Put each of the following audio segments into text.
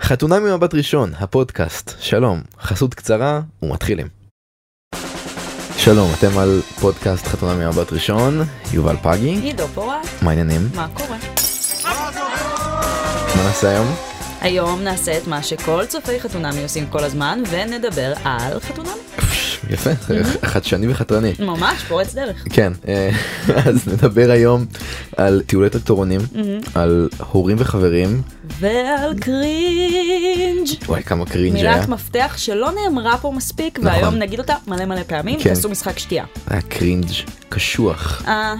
חתונה ממבט ראשון, הפודקאסט, שלום, חסות קצרה ומתחילים. שלום, אתם על פודקאסט חתונה ממבט ראשון, יובל פגי, עידו פורט, מה העניינים? מה קורה? מה נעשה היום? היום נעשה את מה שכל צופי חתונמי עושים כל הזמן, ונדבר על חתונמי. יפה, חדשני וחתרני. ממש פורץ דרך. כן, אה, אז נדבר היום על טיולי טרקטורונים, מהמם. על הורים וחברים, ועל קרינג'. וואי כמה קרינג' היה, מילת מפתח שלא נאמרה פה מספיק, נכון. והיום נגיד אותה מלא מלא פעמים, כן. ועשו משחק שתייה. היה קרינג' קשוח אהה,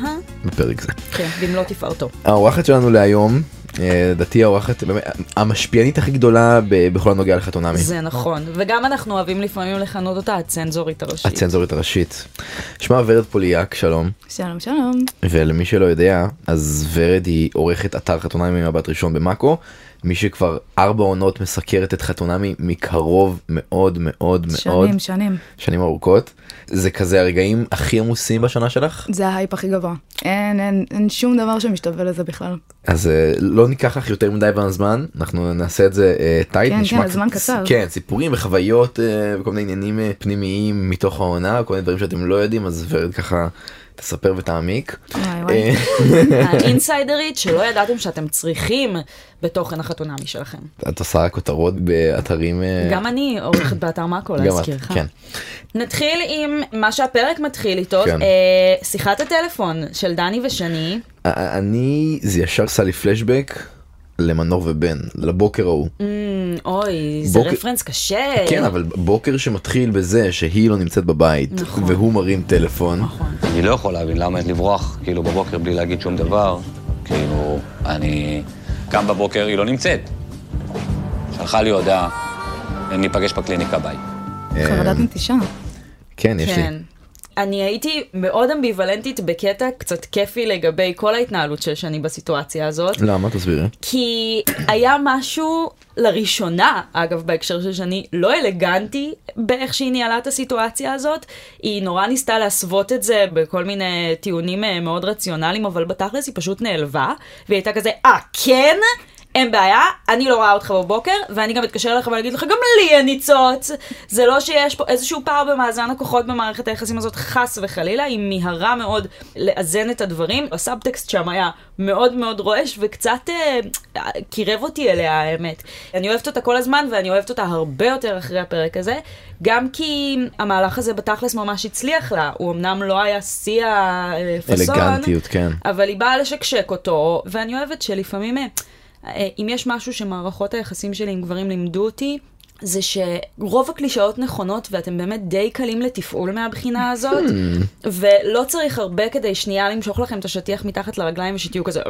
בפרק זה. כן, במלוא תפארתו. האורחת שלנו להיום, אה, לדעתי האורחת באמת, המשפיענית הכי גדולה ב- בכל הנוגע לחתונמי. זה נכון, וגם אנחנו אוהבים לפעמים לכנות אותה הצנזורית הראשית. הצנזורית הראשית. שמע ורד פוליאק, שלום. שלום שלום. ולמי שלא יודע, אז ורד היא עורכת אתר חתונמי ממבט ראשון במאקו. מי שכבר ארבע עונות מסקרת את חתונמי מקרוב מאוד מאוד מאוד. שנים שנים. שנים ארוכות. זה כזה הרגעים הכי עמוסים בשנה שלך? זה ההייפ הכי גבוה. אין אין אין שום דבר שמשתווה לזה בכלל. אז אה, לא ניקח לך יותר מדי בזמן, אנחנו נעשה את זה אה, טייט. כן, נשמע כן, קצת- הזמן קצר. כן, סיפורים וחוויות אה, וכל מיני עניינים אה, פנימיים מתוך העונה, כל מיני דברים שאתם לא יודעים, אז ורד ככה תספר ותעמיק. וואי וואי. אה, האינסיידרית שלא ידעתם שאתם צריכים בתוכן החתונמי שלכם. את עושה כותרות באתרים. אה, גם אני עורכת באתר מאקו להזכירך. כן. נתחיל עם מה שהפרק מתחיל איתו, כן. אה, שיחת הטלפון של דני ושני. א- א- אה, אני, זה ישר עשה לי פלשבק למנור ובן, לבוקר ההוא. Mm, אוי, זה בוקר- רפרנס קשה. אה. כן, אבל בוקר שמתחיל בזה שהיא לא נמצאת בבית, נכון. והוא מרים טלפון. נכון. אני לא יכול להבין למה אין לברוח, כאילו, בבוקר בלי להגיד שום דבר. כאילו, אני קם בבוקר, היא לא נמצאת. שלחה לי הודעה, ניפגש בקליניקה, ביי. חרדת נטישה. כן, יש לי. כן. אני הייתי מאוד אמביוולנטית בקטע קצת כיפי לגבי כל ההתנהלות של שני בסיטואציה הזאת. למה? תסבירי. כי היה משהו לראשונה, אגב, בהקשר של שני, לא אלגנטי באיך שהיא ניהלה את הסיטואציה הזאת. היא נורא ניסתה להסוות את זה בכל מיני טיעונים אה, מאוד רציונליים, אבל בתכלס היא פשוט נעלבה, והיא הייתה כזה, אה, כן? אין בעיה, אני לא רואה אותך בבוקר, ואני גם אתקשר אליך ואני אגיד לך, גם לי אין ניצוץ. זה לא שיש פה איזשהו פער במאזן הכוחות במערכת היחסים הזאת, חס וחלילה, היא מיהרה מאוד לאזן את הדברים. הסאבטקסט שם היה מאוד מאוד רועש, וקצת אה, אה, קירב אותי אליה, האמת. אני אוהבת אותה כל הזמן, ואני אוהבת אותה הרבה יותר אחרי הפרק הזה, גם כי המהלך הזה בתכלס ממש הצליח לה. הוא אמנם לא היה שיא הפאסון. אלגנטיות, כן. אבל היא באה לשקשק אותו, ואני אוהבת שלפעמים, אה, אה, אם יש משהו שמערכות היחסים שלי עם גברים לימדו אותי, זה שרוב הקלישאות נכונות ואתם באמת די קלים לתפעול מהבחינה הזאת, ולא צריך הרבה כדי שנייה למשוך לכם את השטיח מתחת לרגליים ושתהיו כזה...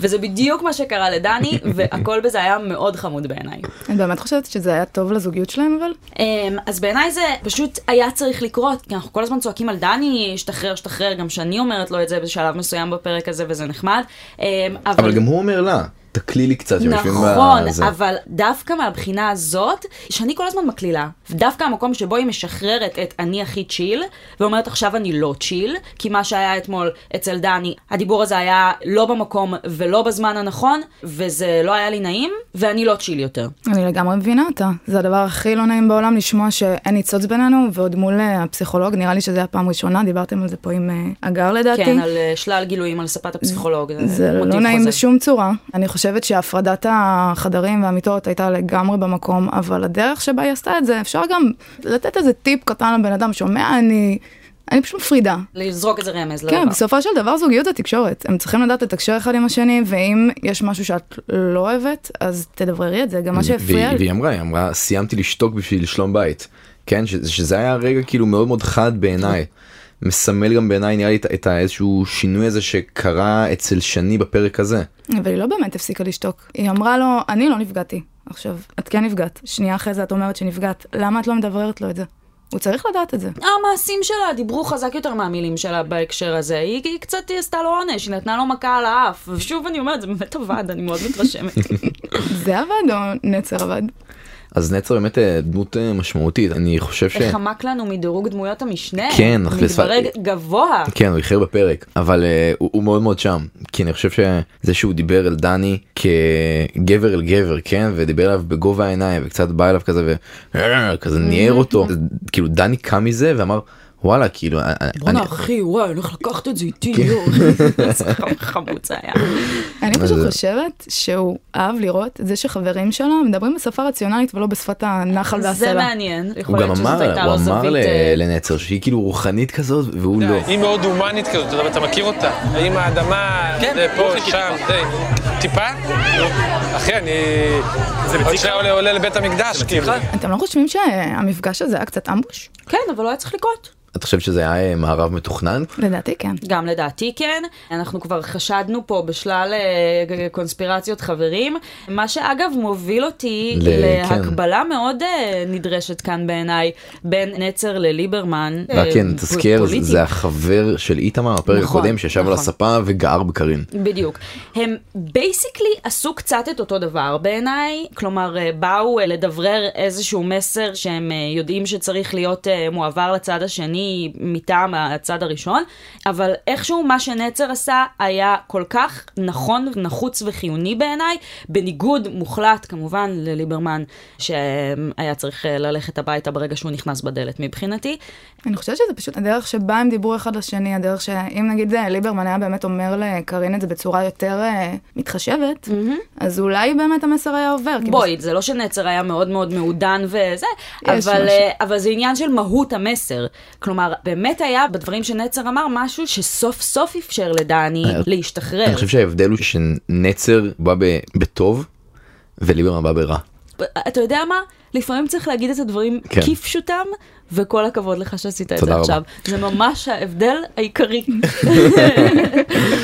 וזה בדיוק מה שקרה לדני, והכל בזה היה מאוד חמוד בעיניי. את באמת חושבת שזה היה טוב לזוגיות שלהם אבל? אמ, אז בעיניי זה פשוט היה צריך לקרות, כי אנחנו כל הזמן צועקים על דני, שתחרר, שתחרר, גם שאני אומרת לו את זה בשלב מסוים בפרק הזה וזה נחמד. אמ, אבל גם הוא אומר לה, תקלי לי קצת שהם יושבים נכון, בזה. אבל דווקא מהבחינה הזאת, שאני כל הזמן מקלילה, דווקא המקום שבו היא משחררת את אני הכי צ'יל, ואומרת עכשיו אני לא צ'יל, כי מה שהיה אתמול אצל דני, הדיבור הזה היה לא במקום ולא בזמן הנכון, וזה לא היה לי נעים, ואני לא צ'יל יותר. אני לגמרי מבינה אותה. זה הדבר הכי לא נעים בעולם לשמוע שאין ניצוץ בינינו ועוד מול אה, הפסיכולוג נראה לי שזה היה פעם ראשונה דיברתם על זה פה עם אה, הגר לדעתי. כן, על אה, שלל גילויים על ספת הפסיכולוג. זה מוטיב לא נעים חוזר. בשום צורה. אני חושבת שהפרדת החדרים והמיטות הייתה לגמרי במקום, אבל הדרך שבה היא עשתה את זה, אפשר גם לתת איזה טיפ קטן לבן אדם שאומר, אני, אני פשוט מפרידה. לזרוק איזה רמז לא לדבר. כן, בסופו של דבר זוגיות זה תקשורת. הם צריכים לדעת לתקשר אחד עם השני, ואם יש משהו שאת לא אוהבת, אז תדבררי את זה. גם מה שהפריע והיא- לי, והיא אמרה, היא אמרה, סיימתי לשתוק בשביל שלום בית. כן, ש- שזה היה רגע כאילו מאוד מאוד חד בעיניי. מסמל גם בעיניי נראה לי את- את האיזשהו שינוי הזה שקרה אצל שני בפרק הזה. אבל היא לא באמת הפסיקה לשתוק. היא אמרה לו, אני לא נפגעתי. עכשיו, את כן נפגעת. שנייה אחרי זה את אומרת שנפגעת. למה את לא מדבררת לו את זה? הוא צריך לדעת את זה. המעשים שלה דיברו חזק יותר מהמילים שלה בהקשר הזה. היא, היא קצת עשתה לו עונש, היא נתנה לו מכה על האף. כן. ושוב אני אומרת, זה באמת עבד, אני מאוד מתרשמת. זה עבד או נצר עבד? אז נצר באמת אה, דמות אה, משמעותית, אני חושב ש... חמק לנו מדירוג דמויות המשנה. כן, אך לספ- מתברג גבוה. כן, הוא איחר בפרק, אבל uh, הוא, הוא מאוד מאוד שם, כי אני חושב שזה שהוא דיבר אל דני כגבר אל גבר, כן, ודיבר אליו בגובה העיניים, וקצת בא אליו כזה ו... "אה", כזה ניער אותו, אז כאילו דני קם מזה ואמר, וואלה, כאילו, אני- אני... בואנה אחי, וואי, אני הולך לקחת את זה איתי, כן. יואו. איזה חמוד זה היה. אני פשוט אז- חושבת שהוא אהב לראות את זה שחברים שלו מדברים בשפה רציונלית ולא בשפת הנחל זה והסלע. מעניין. הוא יכול גם להיות שזאת אמר, הייתה הוא לו אמר זווית, ל- אה, כן. לנצר שהיא כאילו רוחנית כזאת, והוא לא. היא מאוד הומנית כזאת, אתה יודע, אתה מכיר אותה. עם האדמה, כן, זה פה, שם, זה. טיפה? אחי, אני... עוד שנייה עולה- עולה לבית המקדש, כאילו. אתם לא חושבים שהמפגש הזה היה קצת אמבוש? כן, אבל לא היה צריך לקרות. את חושבת שזה היה אה, מארב מתוכנן? לדעתי כן. גם לדעתי כן. אנחנו כבר חשדנו פה בשלל אה, קונספירציות חברים, מה שאגב מוביל אותי ל- כן. להקבלה מאוד אה, נדרשת כאן בעיניי בין נצר לליברמן. אה, רק כן, פ- תזכיר, פוליטית. זה החבר של איתמר, הפרק נכון, הקודם, שישב על נכון. הספה וגער בקרין. בדיוק. הם בייסיקלי עשו קצת את אותו דבר בעיניי, כלומר אה, באו אה, לדברר איזשהו מסר שהם אה, יודעים שצריך להיות אה, מועבר לצד השני מטעם הצד הראשון, אבל איכשהו מה שנצר עשה היה כל כך נכון, נחוץ וחיוני בעיניי, בניגוד מוחלט כמובן לליברמן, שהיה צריך אה, ללכת הביתה ברגע שהוא נכנס בדלת מבחינתי. אני חושבת שזה פשוט הדרך שבה הם דיברו אחד לשני, הדרך שאם נגיד אה, ליברמן היה באמת אומר לקרין את זה בצורה יותר אה, מתחשבת, אז אולי באמת המסר היה עובר. כי בואי, זה לא שנצר היה מאוד מאוד מעודן וזה, יש אבל, משהו. אה, אבל זה עניין של מהות המסר. כלומר, באמת היה בדברים שנצר אמר משהו שסוף סוף אפשר לדני אה, להשתחרר. אני חושב שההבדל הוא שנצר בא ב- בטוב, וליברמן בא ברע. אתה יודע מה? לפעמים צריך להגיד את הדברים כן. כפשוטם, וכל הכבוד לך שעשית את תודה זה רבה. עכשיו. זה ממש ההבדל העיקרי,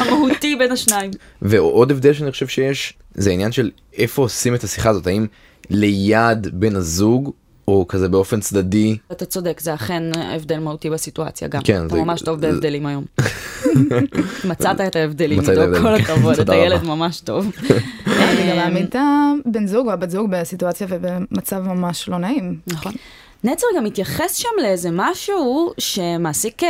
המהותי בין השניים. ועוד הבדל שאני חושב שיש זה העניין של איפה עושים את השיחה הזאת האם ליד בן הזוג או כזה באופן צדדי אתה צודק, זה אכן הבדל מהותי בסיטואציה גם. כן, אתה זה- ממש טוב זה- בהבדלים היום. מצאת את ההבדלים, מצאתי את עידו, כל ההבדלים, כן. הכבוד, אתה תודה ילד רבה. ממש טוב. זה גם אה, להעמיד את הבן זוג או הבת זוג בסיטואציה ובמצב ממש לא נעים. נכון. נצר גם התייחס שם לאיזה משהו שמעסיק אה,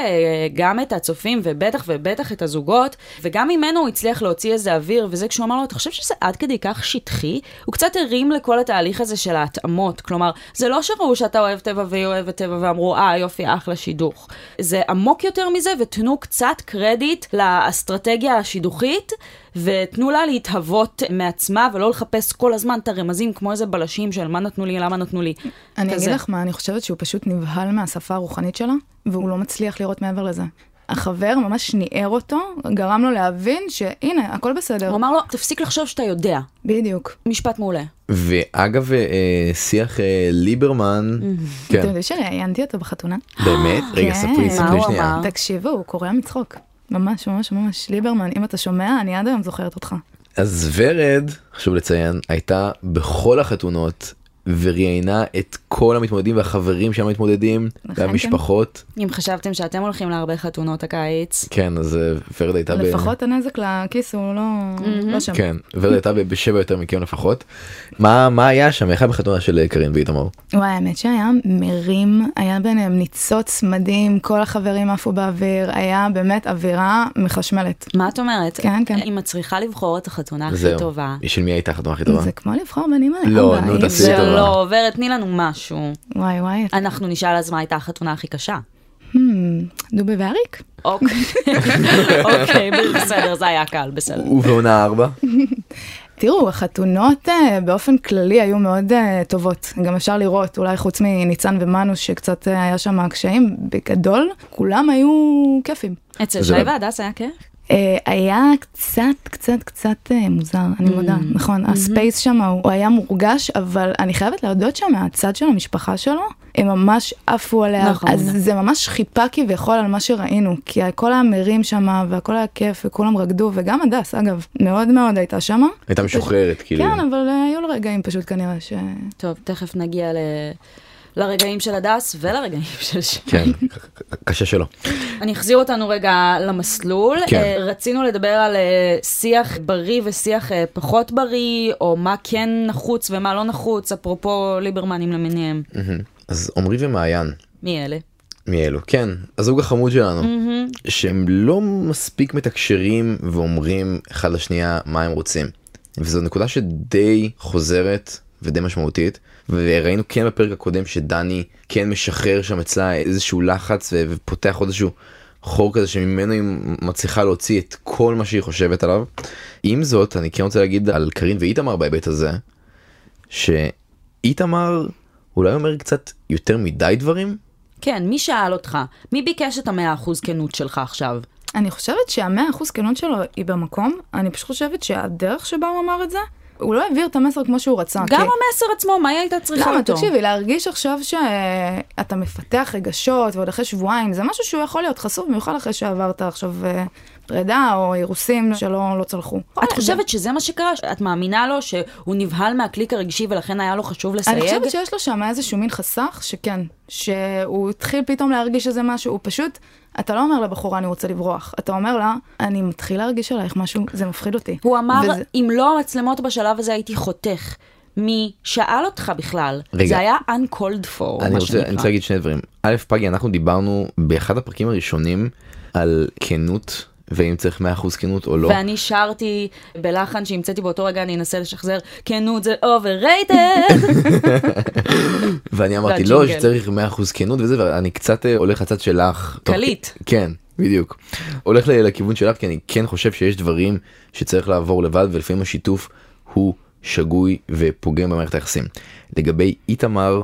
גם את הצופים ובטח ובטח את הזוגות, וגם ממנו הוא הצליח להוציא איזה אוויר, וזה כשהוא אמר לו, אתה חושב שזה עד כדי כך שטחי? הוא קצת הרים לכל התהליך הזה של ההתאמות, כלומר, זה לא שראו שאתה אוהב טבע והיא אוהבת טבע ואמרו, אה יופי, אחלה שידוך. זה עמוק יותר מזה, ותנו קצת קרדיט לאסטרטגיה השידוכית, ותנו לה להתהוות מעצמה, ולא לחפש כל הזמן את הרמזים כמו איזה בלשים של מה נתנו לי, למה נתנו לי. אני כזה. אגיד לך מה, אני חושבת שהוא פשוט נבהל מהשפה הרוחנית שלה, והוא לא מצליח לראות מעבר לזה. החבר ממש ניער אותו, גרם לו להבין שהנה, הכל בסדר. הוא אמר לו, תפסיק לחשוב שאתה יודע. בדיוק. משפט מעולה. ואגב אה, אה, שיח אה, ליברמן אתם כן יודעים שראיינתי אותו בחתונה? באמת רגע כן. ספרי מה ספרי הוא שנייה אמר? תקשיבו, הוא קורע מצחוק. ממש, ממש, ממש. ליברמן, אם אתה שומע, אני עד היום זוכרת אותך. אז ורד חשוב לציין הייתה בכל החתונות וראיינה את כל המתמודדים והחברים של המתמודדים נכון, והמשפחות אם חשבתם שאתם הולכים להרבה חתונות הקיץ, כן אז אה, ורד הייתה ב- לפחות הנזק לכיס הוא לא לא שם. כן ורד הייתה ב- בשבע יותר מכם לפחות מה מה היה שם איך היה בחתונה של אה, קרין ואיתמר. וואי, האמת שהיה מרים, היה ביניהם ניצוץ מדהים, כל החברים עפו באוויר, היה באמת אווירה מחשמלת. מה את אומרת? כן, כן. אם את צריכה לבחור את החתונה הכי זהו. טובה, של מי הייתה החתונה הכי טובה? זה כמו לבחור בנים על לא, אבא, נו, אי תעשי אפשר. טובה. שלא לא עוברת, תני לנו משהו. וואי וואי, אנחנו נשאל אז מה הייתה החתונה הכי קשה. הם, Hmm, דובי ואריק? אוקיי, אוקיי, בסדר, זה היה קל, בסדר. הוא בעונה ארבע. תראו, החתונות אה, באופן כללי היו מאוד אה, טובות. גם אפשר לראות, אולי חוץ מניצן ומנו שקצת אה, היה שם קשיים, בגדול, כולם היו כיפים. אצל זה שי לא- והדס היה כיף? אה, היה קצת, קצת, קצת אה, מוזר, אני מודה, נכון, הספייס שם הוא הוא היה מורגש, אבל אני חייבת להודות שמהצד של המשפחה שלו, הם ממש עפו עליה, נכון. אז זה ממש חיפה כביכול על מה שראינו, כי הכל היה מרים שם, והכל היה כיף, וכולם רקדו, וגם הדס, אגב, מאוד מאוד הייתה שם. הייתה משוחררת כאילו. כן, אבל אה, היו לו רגעים פשוט כנראה ש... טוב, תכף נגיע ל... לרגעים של הדס ולרגעים של ש... כן, קשה שלא. אני אחזיר אותנו רגע למסלול. כן. אה, רצינו לדבר על אה, שיח בריא ושיח אה, פחות בריא, או מה כן נחוץ ומה לא נחוץ, אפרופו ליברמנים למיניהם. מהמם. אז עמרי ומעיין, מי אלה? מאלו, כן, הזוג החמוד שלנו, שהם לא מספיק מתקשרים ואומרים אחד לשנייה מה הם רוצים. וזו נקודה שדי חוזרת ודי משמעותית, וראינו כן בפרק הקודם שדני כן משחרר שם אצלה איזשהו לחץ ו- ופותח עוד איזשהו חור כזה שממנו היא מצליחה להוציא את כל מה שהיא חושבת עליו. עם זאת, אני כן רוצה להגיד על קארין ואיתמר בהיבט הזה, שאיתמר אולי אומר קצת יותר מדי דברים. כן, מי שאל אותך? מי ביקש את המאה אחוז כנות שלך עכשיו? אני חושבת שהמאה אחוז כנות שלו היא במקום, אני פשוט חושבת שהדרך שבה הוא אמר את זה, הוא לא העביר את המסר כמו שהוא רצה. גם כי- המסר עצמו, מה היא הייתה צריכה אוקיי. למה? אותו? תקשיבי, להרגיש עכשיו שאתה מפתח רגשות ועוד אחרי שבועיים, זה משהו שהוא יכול להיות חשוף, במיוחד אחרי שעברת עכשיו אה, פרידה או אירוסים שלא לא צלחו. את חושבת שזה מה שקרה? את מאמינה לו שהוא נבהל מהקליק הרגשי ולכן היה לו חשוב אני לסייג? חושבת שיש לו שם איזשהו מין חסך, שכן, שהוא התחיל פתאום להרגיש איזה משהו, הוא פשוט, אתה לא אומר לבחורה אני רוצה לברוח, אתה אומר לה, אני מתחיל להרגיש עלייך משהו, זה מפחיד אותי. הוא אמר, וזה- אם לא המצלמות בשלב הזה הייתי חותך. מי שאל אותך בכלל? רגע. זה היה uncalled for, אני רוצה, מה אני שנקרא. רוצה להגיד שני דברים. א', פגי, אנחנו דיברנו באחד הפרקים הראשונים על כנות, ואם צריך 100% כנות או לא. ואני שרתי בלחן שהמצאתי באותו רגע, אני אנסה לשחזר, כנות זה overrated. ואני אמרתי, והג'ינגל. לא, שצריך 100% כנות וזה, ואני קצת אה, הולך לצד שלך. תוך- קליט. כן, בדיוק. הולך ל- לכיוון שלך, כי אני כן חושב שיש דברים שצריך לעבור לבד, ולפעמים השיתוף הוא שגוי ופוגם במערכת היחסים. לגבי איתמר,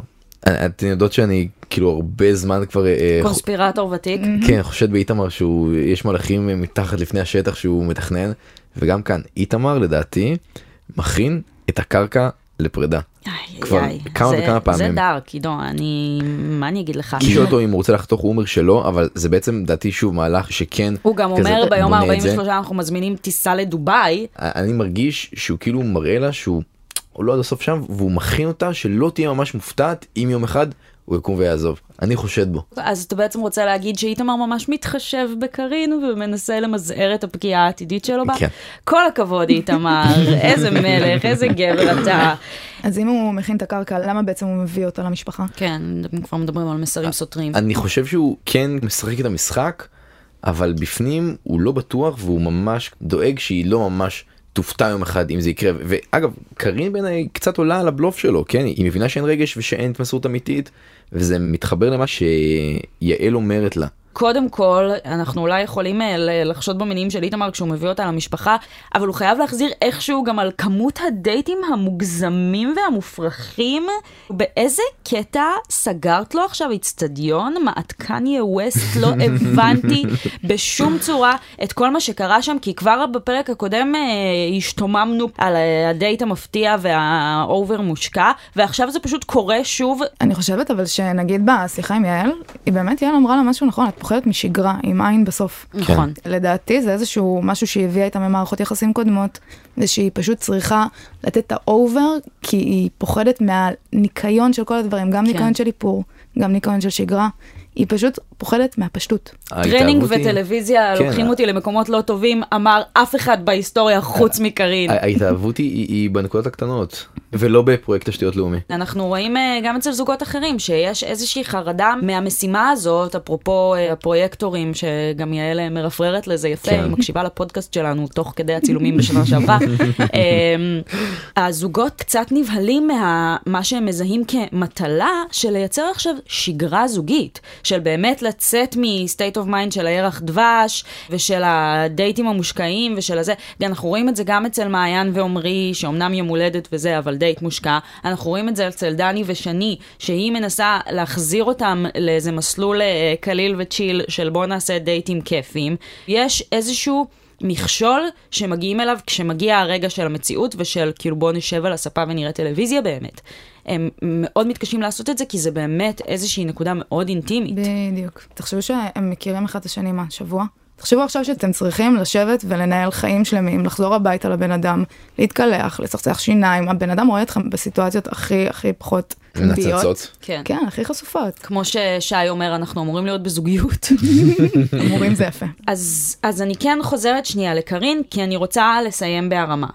אה, אתן יודעות שאני כאילו הרבה זמן כבר... אה, חו- קונספירטור ותיק. כן, חושד באיתמר שהוא, יש מלאכים מתחת לפני השטח שהוא מתכנן, וגם כאן איתמר לדעתי מכין את הקרקע לפרידה. איי, כבר איי, כמה זה- וכמה זה פעמים. דארק, עידו, אני... מה אני אגיד לך? כי שואל אותו אם הוא רוצה לחתוך הוא אומר שלא, אבל זה בעצם לדעתי שוב מהלך שכן. הוא גם כזה אומר ביום בונה את זה. ה-43 אנחנו מזמינים טיסה לדובאי. אני מרגיש שהוא כאילו מראה לה שהוא הוא לא עד הסוף שם והוא מכין אותה שלא תהיה ממש מופתעת אם יום אחד הוא יקום ויעזוב. אני חושד בו. אז אתה בעצם רוצה להגיד שאיתמר ממש מתחשב בקארין ומנסה למזער את הפגיעה העתידית שלו בה? כן. כל הכבוד איתמר, איזה מלך, איזה גבר אתה. אז אם הוא מכין את הקרקע, למה בעצם הוא מביא אותה למשפחה? כן, אם כבר מדברים על מסרים סותרים. אני חושב שהוא כן משחק את המשחק, אבל בפנים הוא לא בטוח והוא ממש דואג שהיא לא ממש תופתע יום אחד אם זה יקרה. ואגב, קארין בעיניי קצת עולה על הבלוף שלו, כן? היא מבינה שאין רגש ושאין התמסרות אמיתית, וזה מתחבר למה שיעל אומרת לה. קודם כל, אנחנו אולי יכולים אה, ל- לחשוד במינים של איתמר כשהוא מביא אותה למשפחה, אבל הוא חייב להחזיר איכשהו גם על כמות הדייטים המוגזמים והמופרכים. באיזה קטע סגרת לו עכשיו אצטדיון? מה, את קניה ווסט? לא הבנתי בשום צורה את כל מה שקרה שם, כי כבר בפרק הקודם אה, השתוממנו על אה, הדייט המפתיע והאובר מושקע, ועכשיו זה פשוט קורה שוב. אני חושבת אבל שנגיד בשיחה עם יעל, היא באמת יעל אמרה לה משהו נכון, את פוחדת משגרה, עם עין בסוף. נכון. לדעתי זה איזשהו משהו שהיא הביאה איתה ממערכות יחסים קודמות, זה שהיא פשוט צריכה לתת את האובר, כי היא פוחדת מהניקיון של כל הדברים, גם כן. ניקיון של איפור, גם ניקיון של שגרה, היא פשוט פוחדת מהפשטות. ההתאהבות טרנינג היא- וטלוויזיה כן, לוקחים ה- אותי למקומות לא טובים, אמר אף אחד בהיסטוריה חוץ מקרין. אה, ההתאהבות היא- היא היא בנקודות הקטנות, ולא בפרויקט תשתיות לאומי. אנחנו רואים אה, גם אצל זוגות אחרים שיש איזושהי חרדה מהמשימה הזאת, אפרופו אה, הפרויקטורים, שגם יעל אה, מרפררת לזה יפה, כן. היא מקשיבה לפודקאסט שלנו תוך כדי הצילומים בשנה שעברה. אה, הזוגות קצת נבהלים ממה שהם מזהים כמטלה של לייצר עכשיו שגרה זוגית, של באמת לצאת מ-state of mind של הירח דבש, ושל הדייטים המושקעים, ושל הזה. כן, אנחנו רואים את זה גם אצל מעיין ועמרי, שאומנם יום הולדת וזה, אבל דייט מושקע. אנחנו רואים את זה אצל דני ושני, שהיא מנסה להחזיר אותם לאיזה מסלול אה, קליל וצ'יל של בוא נעשה דייטים כיפיים. יש איזשהו... מכשול שמגיעים אליו כשמגיע הרגע של המציאות ושל כאילו בוא נשב על הספה ונראה טלוויזיה באמת. הם מאוד מתקשים לעשות את זה כי זה באמת איזושהי נקודה מאוד אינטימית. בדיוק. תחשבו שהם מכירים אחד את השני מה, שבוע? תחשבו עכשיו שאתם צריכים לשבת ולנהל חיים שלמים, לחזור הביתה לבן אדם, להתקלח, לצחצח שיניים, הבן אדם רואה אתכם בסיטואציות הכי הכי פחות פומביות. מנצצות. כן. כן, הכי חשופות. כמו ששי אומר, אנחנו אמורים להיות בזוגיות. אמורים זה יפה. אז, אז אני כן חוזרת שנייה לקארין, כי אני רוצה לסיים בהרמה.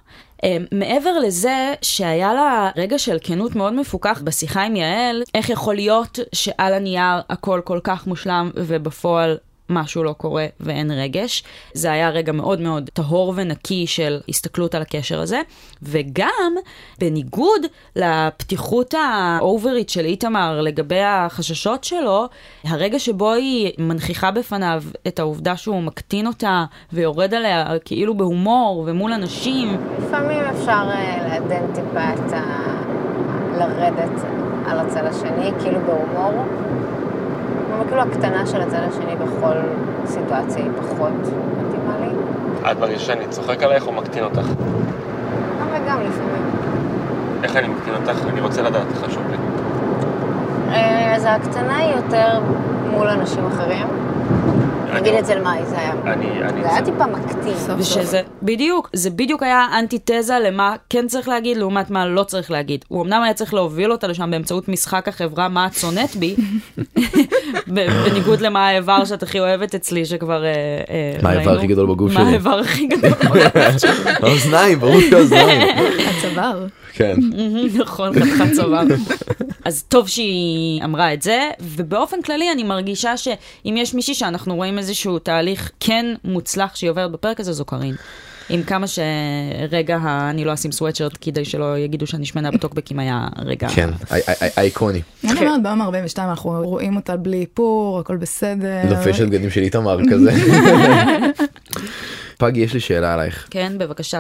אה, מעבר לזה שהיה לה רגע של כנות מאוד מפוקח בשיחה עם יעל, איך יכול להיות שעל הנייר הכל כל כך מושלם ובפועל משהו לא קורה ואין רגש. זה היה רגע מאוד מאוד טהור ונקי של הסתכלות על הקשר הזה, וגם בניגוד לפתיחות האוברית של איתמר לגבי החששות שלו, הרגע שבו היא מנכיחה בפניו את העובדה שהוא מקטין אותה ויורד עליה כאילו בהומור ומול אנשים, לפעמים אפשר אה, לעדן טיפה את ה... לרדת על הצד השני, כאילו בהומור. אבל כאילו הקטנה של הצד השני בכל סיטואציה היא פחות מתאימה לי. את מרגישה שאני צוחק עלייך או מקטין אותך? אבל גם לפעמים. איך אני מקטין אותך? אני רוצה לדעת, חשוב לי. אה, אז ההקטנה היא יותר מול אנשים אחרים. נגיד אני- לא- אצל מאי זה היה. אני... אני... זה היה טיפה מקטין. סוף סוף. ושזה, בדיוק, זה בדיוק היה אנטיתזה למה כן צריך להגיד לעומת מה לא צריך להגיד. הוא אמנם היה צריך להוביל אותה לשם באמצעות משחק החברה מה את שונאת בי, ב- בניגוד למה האיבר שאת הכי אוהבת אצלי שכבר אה, אה, מה האיבר ראינו. הכי גדול בגוף מה שלי? האיבר הכי גדול בגוף שלי? האוזניים, ברור שהאוזניים. הצוואר. כן. נכון, חתיכת צוואר. אז טוב שהיא אמרה את זה, ובאופן כללי אני מרגישה שאם יש מישהי שאנחנו רואים איזשהו תהליך כן מוצלח שהיא עוברת בפרק הזה, זו קארין. עם כמה שרגע ה- אני לא אשים סוואטשרט כדי שלא יגידו שאני שמנה בטוקבקים היה רגע. כן, איי- איי- אייקוני. אני אומרת, ביום 42 אנחנו רואים אותה בלי איפור, הכל בסדר. אה, לובש את בגדים של איתמר כזה. פגי, יש לי שאלה עלייך. כן, בבקשה.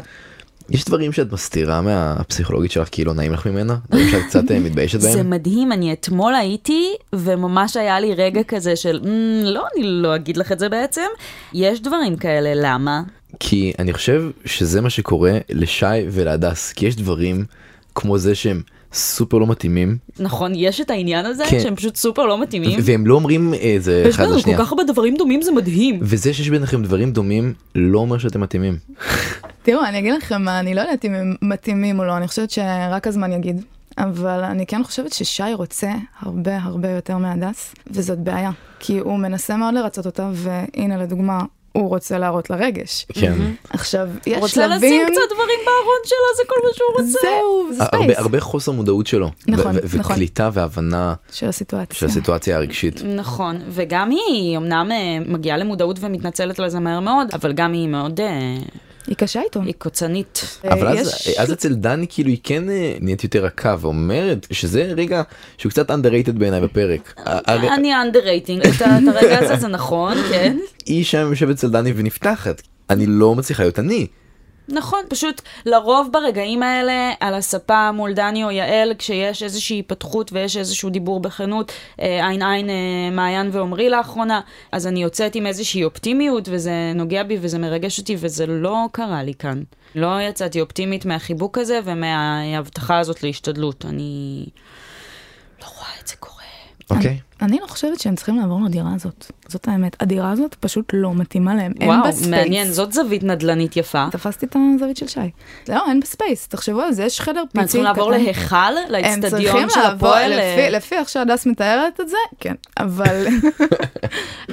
יש דברים שאת מסתירה מהפסיכולוגית שלך כי לא נעים לך ממנה? דברים שאת קצת אה, מתביישת זה בהם? מדהים, אני אתמול הייתי, וממש היה לי רגע כזה של, "מ, לא, אני לא אגיד לך את זה בעצם. יש דברים כאלה, למה? כי אני חושב שזה מה שקורה לשי ולהדס, כי יש דברים כמו זה שהם סופר לא מתאימים, נכון, יש את העניין הזה, כן. שהם פשוט סופר לא מתאימים. והם לא אומרים את זה יש אחד בינינו כל לשנייה. כך הרבה דברים דומים, זה מדהים. וזה שיש ביניכם דברים דומים לא אומר שאתם מתאימים. Mhm. תראו, אני אגיד לכם מה, אני לא יודעת אם הם מתאימים או לא, אני חושבת שרק הזמן יגיד. אבל אני כן חושבת ששי רוצה הרבה הרבה יותר מהדס, וזאת בעיה. כי הוא מנסה מאוד לרצות אותה, והנה לדוגמה, הוא רוצה להראות לה רגש. כן. עכשיו, יש הוא רוצה שלבים... לשים קצת דברים בארון שלו, זה כל מה שהוא רוצה. זהו, זה אה, הרבה, ספייס. הרבה חוסר מודעות שלו. נכון, ו- ו- נכון. וקליטה והבנה של של הסיטואציה. הסיטואציה הרגשית. נכון, וגם היא אמנם אה, מגיעה למודעות ומתנצלת על זה מהר מאוד, אבל גם היא מאוד, אה, היא קשה איתו. היא קוצנית. אבל אה, אז, יש- אז אצל דני כאילו היא כן אה, נהיית יותר רכה ואומרת שזה רגע שהוא קצת underrated בעיניי בפרק. ה- הרי- אני underrating את ה- את הרגע הזה, זה נכון, כן. היא שם יושבת אצל דני ונפתחת. אני לא מצליחה להיות אני. נכון, פשוט לרוב ברגעים האלה, על הספה מול דני או יעל, כשיש איזושהי התפתחות ויש איזשהו דיבור בכנות, אה, עין עין אה, מעיין ועומרי לאחרונה, אז אני יוצאת עם איזושהי אופטימיות, וזה נוגע בי וזה מרגש אותי, וזה לא קרה לי כאן. לא יצאתי אופטימית מהחיבוק הזה ומההבטחה הזאת להשתדלות. אני לא רואה את זה קורה. אוקיי. אני לא חושבת שהם צריכים לעבור לדירה הזאת. זאת האמת. הדירה הזאת פשוט לא מתאימה להם. אין וואו, בה ספייס. מעניין, זאת זווית נדל"נית יפה. אה. תפסתי את הזווית של שי. לא, אין בספייס, תחשבו על זה, יש חדר פיצי מה, צריכים לעבור קטן. להיכל? אה? הם לאצטדיון צריכים של לעבור, הפועל? אה, לפי- לפי איך שהדס מתארת את זה, כן, אבל...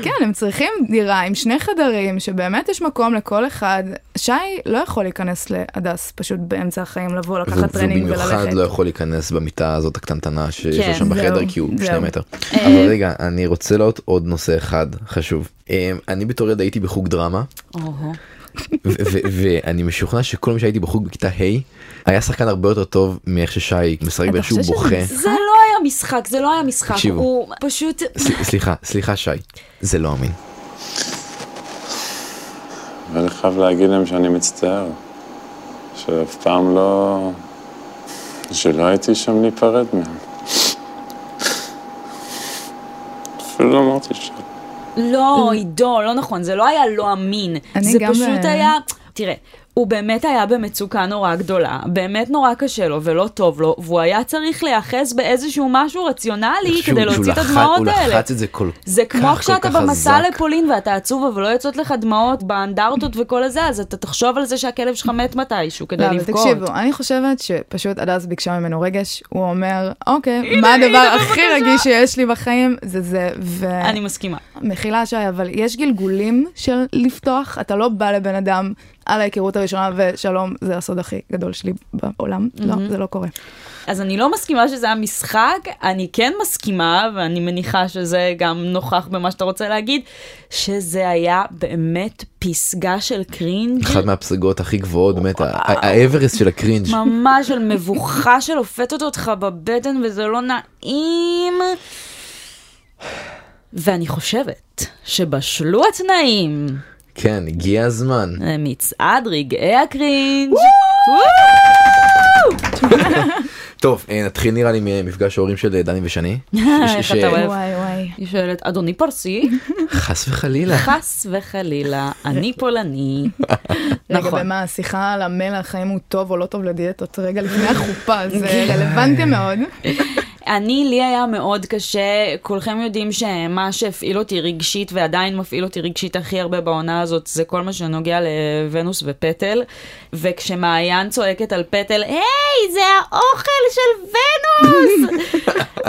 כן, הם צריכים דירה עם שני חדרים, שבאמת יש מקום לכל אחד. שי לא יכול להיכנס להדס פשוט באמצע החיים, לבוא, לקחת טרנינג ובמיוחד וללכת. לא יכול להיכנס במיטה הזאת הקטנטנה שיש כן, לו שם בחדר זהו, כי הוא זהו. אה. שני מטר. אבל רגע, אני רוצה להעלות עוד נושא אחד חשוב. אה, אני בתור ילד הייתי בחוג דרמה, אוהו. ו- ו- ואני משוכנע שכל מי שהייתי בחוג בכיתה ה' היה שחקן הרבה יותר טוב מאיך ששי משחק אתה באיך שהוא חושב שזה בוכה. זה לא היה משחק, זה לא היה משחק, תקשיבו. הוא פשוט... ס- סליחה, סליחה שי, זה לא אמין. ואני חייב להגיד להם שאני מצטער, שאף פעם לא... שלא הייתי שם להיפרד מהם. אפילו לא אמרתי ש... לא, עידו, לא נכון, זה לא היה לא אמין. אני זה גם, פשוט אה, היה... תראה, הוא באמת היה במצוקה נורא גדולה, באמת נורא קשה לו ולא טוב לו, והוא היה צריך להיאחז באיזשהו משהו רציונלי שהוא- כדי שהוא להוציא את לחץ- הדמעות הוא האלה. לחץ את זה כל זה כך, כמו כל עכשיו אתה כך במסע חזק. לפולין ואתה עצוב אבל לא יוצאות לך דמעות באנדרטות וכל הזה, אז אתה תחשוב על זה שהכלב שלך מת מתישהו כדי לא, אבל לבכות. תקשיבו, אני חושבת שפשוט הדס ביקשה ממנו רגש, הוא אומר, אוקיי, מה הדבר הכי רגיש שיש לי בחיים? זה זה, ו... אני מסכימה. מחילה שי, אבל יש גלגולים של לפתוח, אתה לא בא לבן אדם על ההיכרות הראשונה ושלום, זה הסוד הכי גדול שלי בעולם, לא, זה לא קורה. אז אני לא מסכימה שזה היה משחק, אני כן מסכימה, ואני מניחה שזה גם נוכח במה שאתה רוצה להגיד, שזה היה באמת פסגה של קרינג' אחת מהפסגות הכי גבוהות באמת ה- ה- האברסט של הקרינג' ממש של מבוכה שלופתת אותך בבטן וזה לא נעים. ואני חושבת שבשלו התנאים כן הגיע הזמן מצעד רגעי הקרינג'. טוב אה, נתחיל נראה לי ממפגש ההורים של אה, דני ושני ש- ש- איך אתה אוהב? וואי וואי. היא שואלת, אדוני פרסי? חס וחלילה חס וחלילה, אני פולני. רגע, נכון. במה השיחה על המלח, האם הוא טוב או לא טוב לדיאטות, רגע לפני החופה, כן. זה רלוונטי מאוד. אני, לי היה מאוד קשה, כולכם יודעים שמה שהפעיל אותי רגשית ועדיין מפעיל אותי רגשית הכי הרבה בעונה הזאת זה כל מה שנוגע לוונוס ופטל, וכשמעיין צועקת על פטל, היי, זה האוכל של ונוס!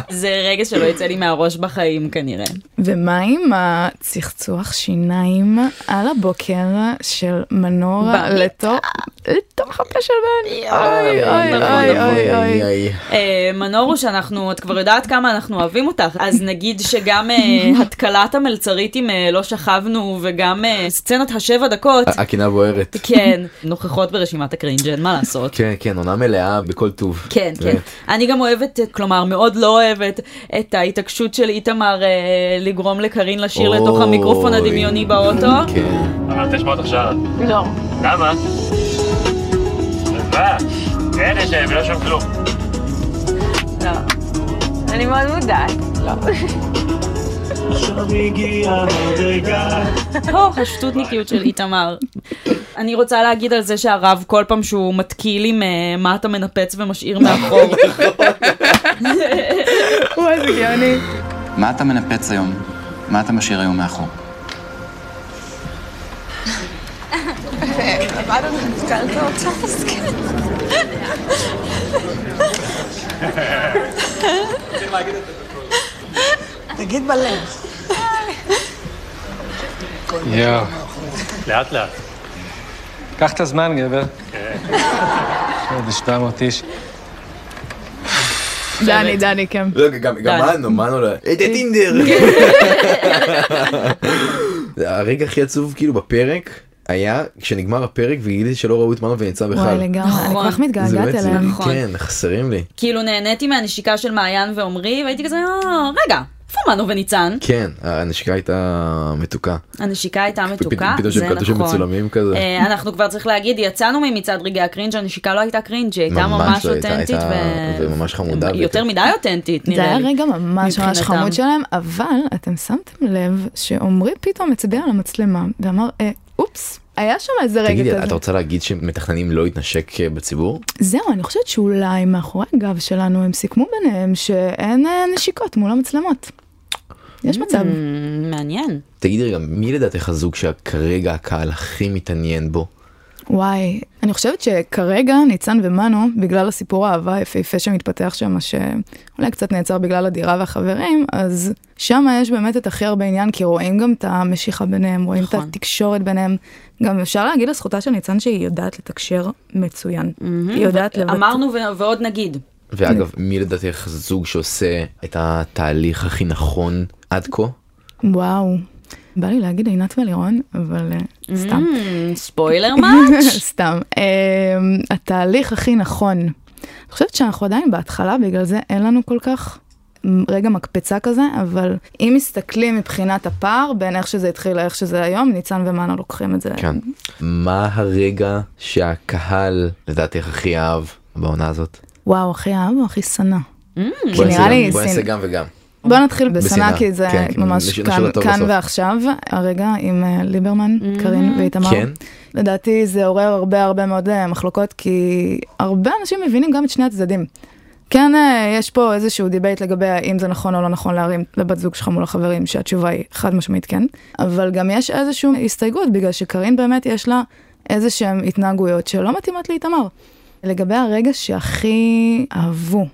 זה רגע שלא יצא לי מהראש בחיים כנראה. ומה עם הצחצוח שיניים על הבוקר של מנור במיטה. לתוך לתוך הפה של בני? אוי נכון, אוי אוי, אוי אוי אוי, אוי. אוי. אה, מנורו שאנחנו, את כבר יודעת כמה אנחנו אוהבים אותך, אז נגיד שגם אה, התקלת המלצרית עם אה, לא שכבנו וגם אה, סצנת השבע דקות. הקינה בוערת כן, נוכחות ברשימת הקרינג' אין מה לעשות. כן כן עונה מלאה בכל טוב כן, כן. באמת. אני גם אוהבת, כלומר מאוד לא אוהבת, את ההתעקשות של איתמר אה, לגרום לקרין לשיר לתוך אוי. המיקרופון הדמיוני באוטו. כן. אבל אני רוצה לשמוע אותך שרה. לא. למה? אז מה? אין, יש להם, לא שם כלום. לא. אני מאוד מודעת. או, השטותניקיות של איתמר. אני רוצה להגיד על זה שהרב כל פעם שהוא מתקיל עם אה, מה אתה מנפץ ומשאיר מאחור. וואי, זה גאוני. מה אתה מנפץ היום? מה אתה משאיר היום מאחור? יואו. לאט לאט. כן. קח את הזמן, גבר. עוד 700 איש. דני, דני, כן. לא, גם גם די. אה. אנו, מה אנו, לא- את הטינדר. הרגע הכי עצוב כאילו בפרק היה כשנגמר הפרק וגיליתי שלא ראו את מנו וניצן בכלל. וואי, לגמרי, אני נכון. כל כך מתגעגעת זה, אליהם. נכון. כן, חסרים לי. כאילו נהניתי מהנשיקה של מעיין ועמרי, והייתי כזה, "אה, רגע, איפה מנו וניצן? כן, הנשיקה הייתה מתוקה. הנשיקה הייתה מתוקה, פתאום זה שהם קלטו שהם נכון. מצולמים כזה. אה, אנחנו כבר צריך להגיד, יצאנו ממצעד רגעי הקרינג', הנשיקה לא הייתה קרינג', היא הייתה ממש ממש לא הייתה, אותנטית. הייתה- ו- וממש חמודה, יותר בטח. מדי אותנטית, זה נראה היה לי. רגע ממש ממש מבחינתם. חמוד שלהם, אבל אתם שמתם לב שעמרי פתאום הצביע על המצלמה ואמר, "אה, אופס, היה שם איזה תגידי, רגע אתה כזה. רוצה להגיד שמתכננים לא להתנשק אה, בציבור? זהו, אני חושבת שאולי מאחורי הגב שלנו הם סיכמו ביניהם שאין אה, נשיקות מול המצלמות. Mm. יש מצב. מ, מעניין. תגידי רגע, מי לדעתך הזוג שכרגע הקהל הכי מתעניין בו? וואי, אני חושבת שכרגע ניצן ומנו, בגלל הסיפור האהבה היפהפה שמתפתח שם, שאולי קצת נעצר בגלל הדירה והחברים, אז שם יש באמת את הכי הרבה עניין, כי רואים גם את המשיכה ביניהם, רואים נכון. נכון. את התקשורת ביניהם. גם אפשר להגיד לזכותה של ניצן שהיא יודעת לתקשר מצוין. Mm-hmm. היא יודעת לבטא. אמרנו ו- ועוד נגיד. ואגב, מי לדעתך זוג שעושה את התהליך הכי נכון עד כה? וואו, בא לי להגיד עינת ולירון, אבל אה, סתם. נכון. מ, Mm, ספוילר מאץ'. סתם. אמ, התהליך הכי נכון. אני חושבת שאנחנו עדיין בהתחלה, בגלל זה אין לנו כל כך אמ, רגע מקפצה כזה, אבל אם מסתכלים מבחינת הפער בין איך שזה התחיל לאיך שזה היום, ניצן ומאנה לוקחים את זה. כן. מה הרגע שהקהל לדעתך הכי אהב בעונה הזאת? וואו, הכי אהב או הכי שנא? בואי נעשה נראה לי גם- בואי סין- נעשה גם וגם. בוא נתחיל בשנאה, בשנאה, כי זה כן, כי ממש נשאיר כאן, אותו כאן בסוף. ועכשיו. הרגע עם אה, ליברמן, קארין ואיתמר. כן. לדעתי זה עורר הרבה הרבה מאוד אה, מחלוקות, כי הרבה אנשים מבינים גם את שני הצדדים. כן, אה, יש פה איזשהו דיבייט לגבי האם זה נכון או לא נכון להרים לבת זוג שלך מול החברים, שהתשובה היא חד משמעית כן, אבל גם יש איזושהי הסתייגות, בגלל שקארין באמת יש לה איזה שהן התנהגויות שלא מתאימות לאיתמר. לגבי הרגע שהכי אהבו,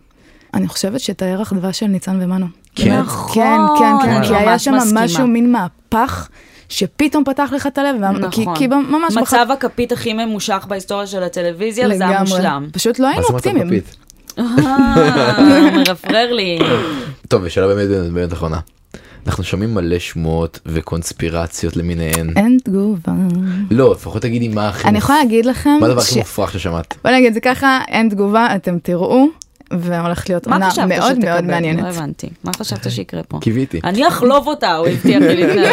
אני חושבת שאת הירח דבש של ניצן ומנו. כן? נכון. כן, כן, כן, כי היה ממש שם מסכימה. משהו, מין מהפך, שפתאום פתח לך את הלב, נכון. כי, נכון. כי ממש בחצי מצב הכפית הכי ממושך בהיסטוריה של הטלוויזיה, וזה היה לגמרי. מושלם. פשוט לא מה היינו זאת אומרת אופטימיים. הכפית? אה, הוא מרפרר לי. טוב, ושאלה באמת באמת באמת אחרונה. אנחנו שומעים מלא שמועות וקונספירציות למיניהן. אין תגובה. לא, לפחות תגידי מה הכי... אני יכולה להגיד לכם, מה הדבר ש- הכי מופרך ששמעת? בוא נגיד זה ככה, אין תגובה, אתם תראו, והולכת להיות מה עונה חשבת מאוד שתקבל? מאוד מעניינת. לא הבנתי. מה חשבת שיקרה פה? קיוויתי. אני אחלוב אותה, הוא הבטיח לי לפני.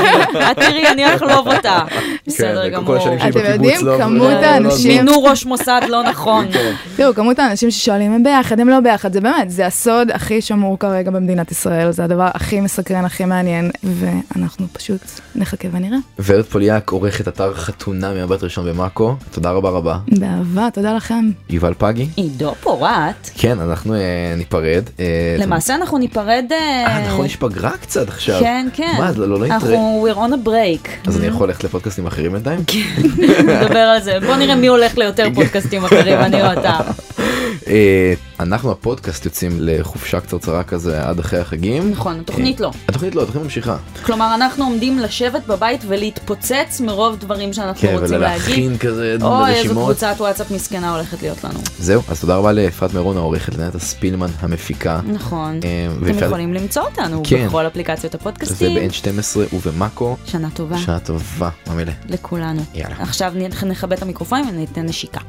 את תראי, אני אחלוב אותה. בסדר כן, כל גמור. השנים שלי אתם בקיבוץ יודעים, לא- כמות לא- לא- לא- האנשים- מינו ראש מוסד לא נכון. כן. תראו, כמות האנשים ששואלים הם ביחד, הם לא ביחד, זה באמת, זה הסוד הכי שמור כרגע במדינת ישראל, זה הדבר הכי מסקרן, הכי מעניין, ואנחנו פשוט נחכה ונראה. ורד פוליאק עורכת אתר חתונה ממבט ראשון במאקו, תודה רבה רבה. באהבה, תודה לכם. יובל פגי. עידו פורט. כן, אנחנו אה, ניפרד. אה, למעשה אנחנו ניפרד... אה, אה, נכון, יש פגרה קצת עכשיו. כן, כן. מה, אז לא לא נתראה. אנחנו, כן. we're on a break. אז אני יכול ללכת לפודקאסטים אחרים בינתיים? נדבר על זה. בוא נראה מי הולך ליותר כן. פודקאסטים אחרים, אני או אתה. אה, אנחנו הפודקאסט יוצאים לחופשה קצרצרה כזה עד אחרי החגים. אה, נכון, התוכנית לא. התוכנית לא, התוכנית ממשיכה. כלומר, אנחנו עומדים לשבת בבית ולהתפוצץ מרוב דברים שאנחנו כן, רוצים להגיד. ולהכין כזה אוי, איזו רשימות. קבוצת וואטסאפ מסכנה הולכת להיות לנו. זהו, אז תודה רבה לאפרת מירון העורכת, לנטע ספילמן המפיקה. נכון. אה, אתם ואפשר- יכולים למצוא אותנו כן. בכל אפליקציות הפודקאסטים. וב-N12 ובמאקו. שנה טובה שנה טובה, מה מילה? לכולנו. יאללה. עכשיו נכבה את המיקרופונים וניתן נשיקה.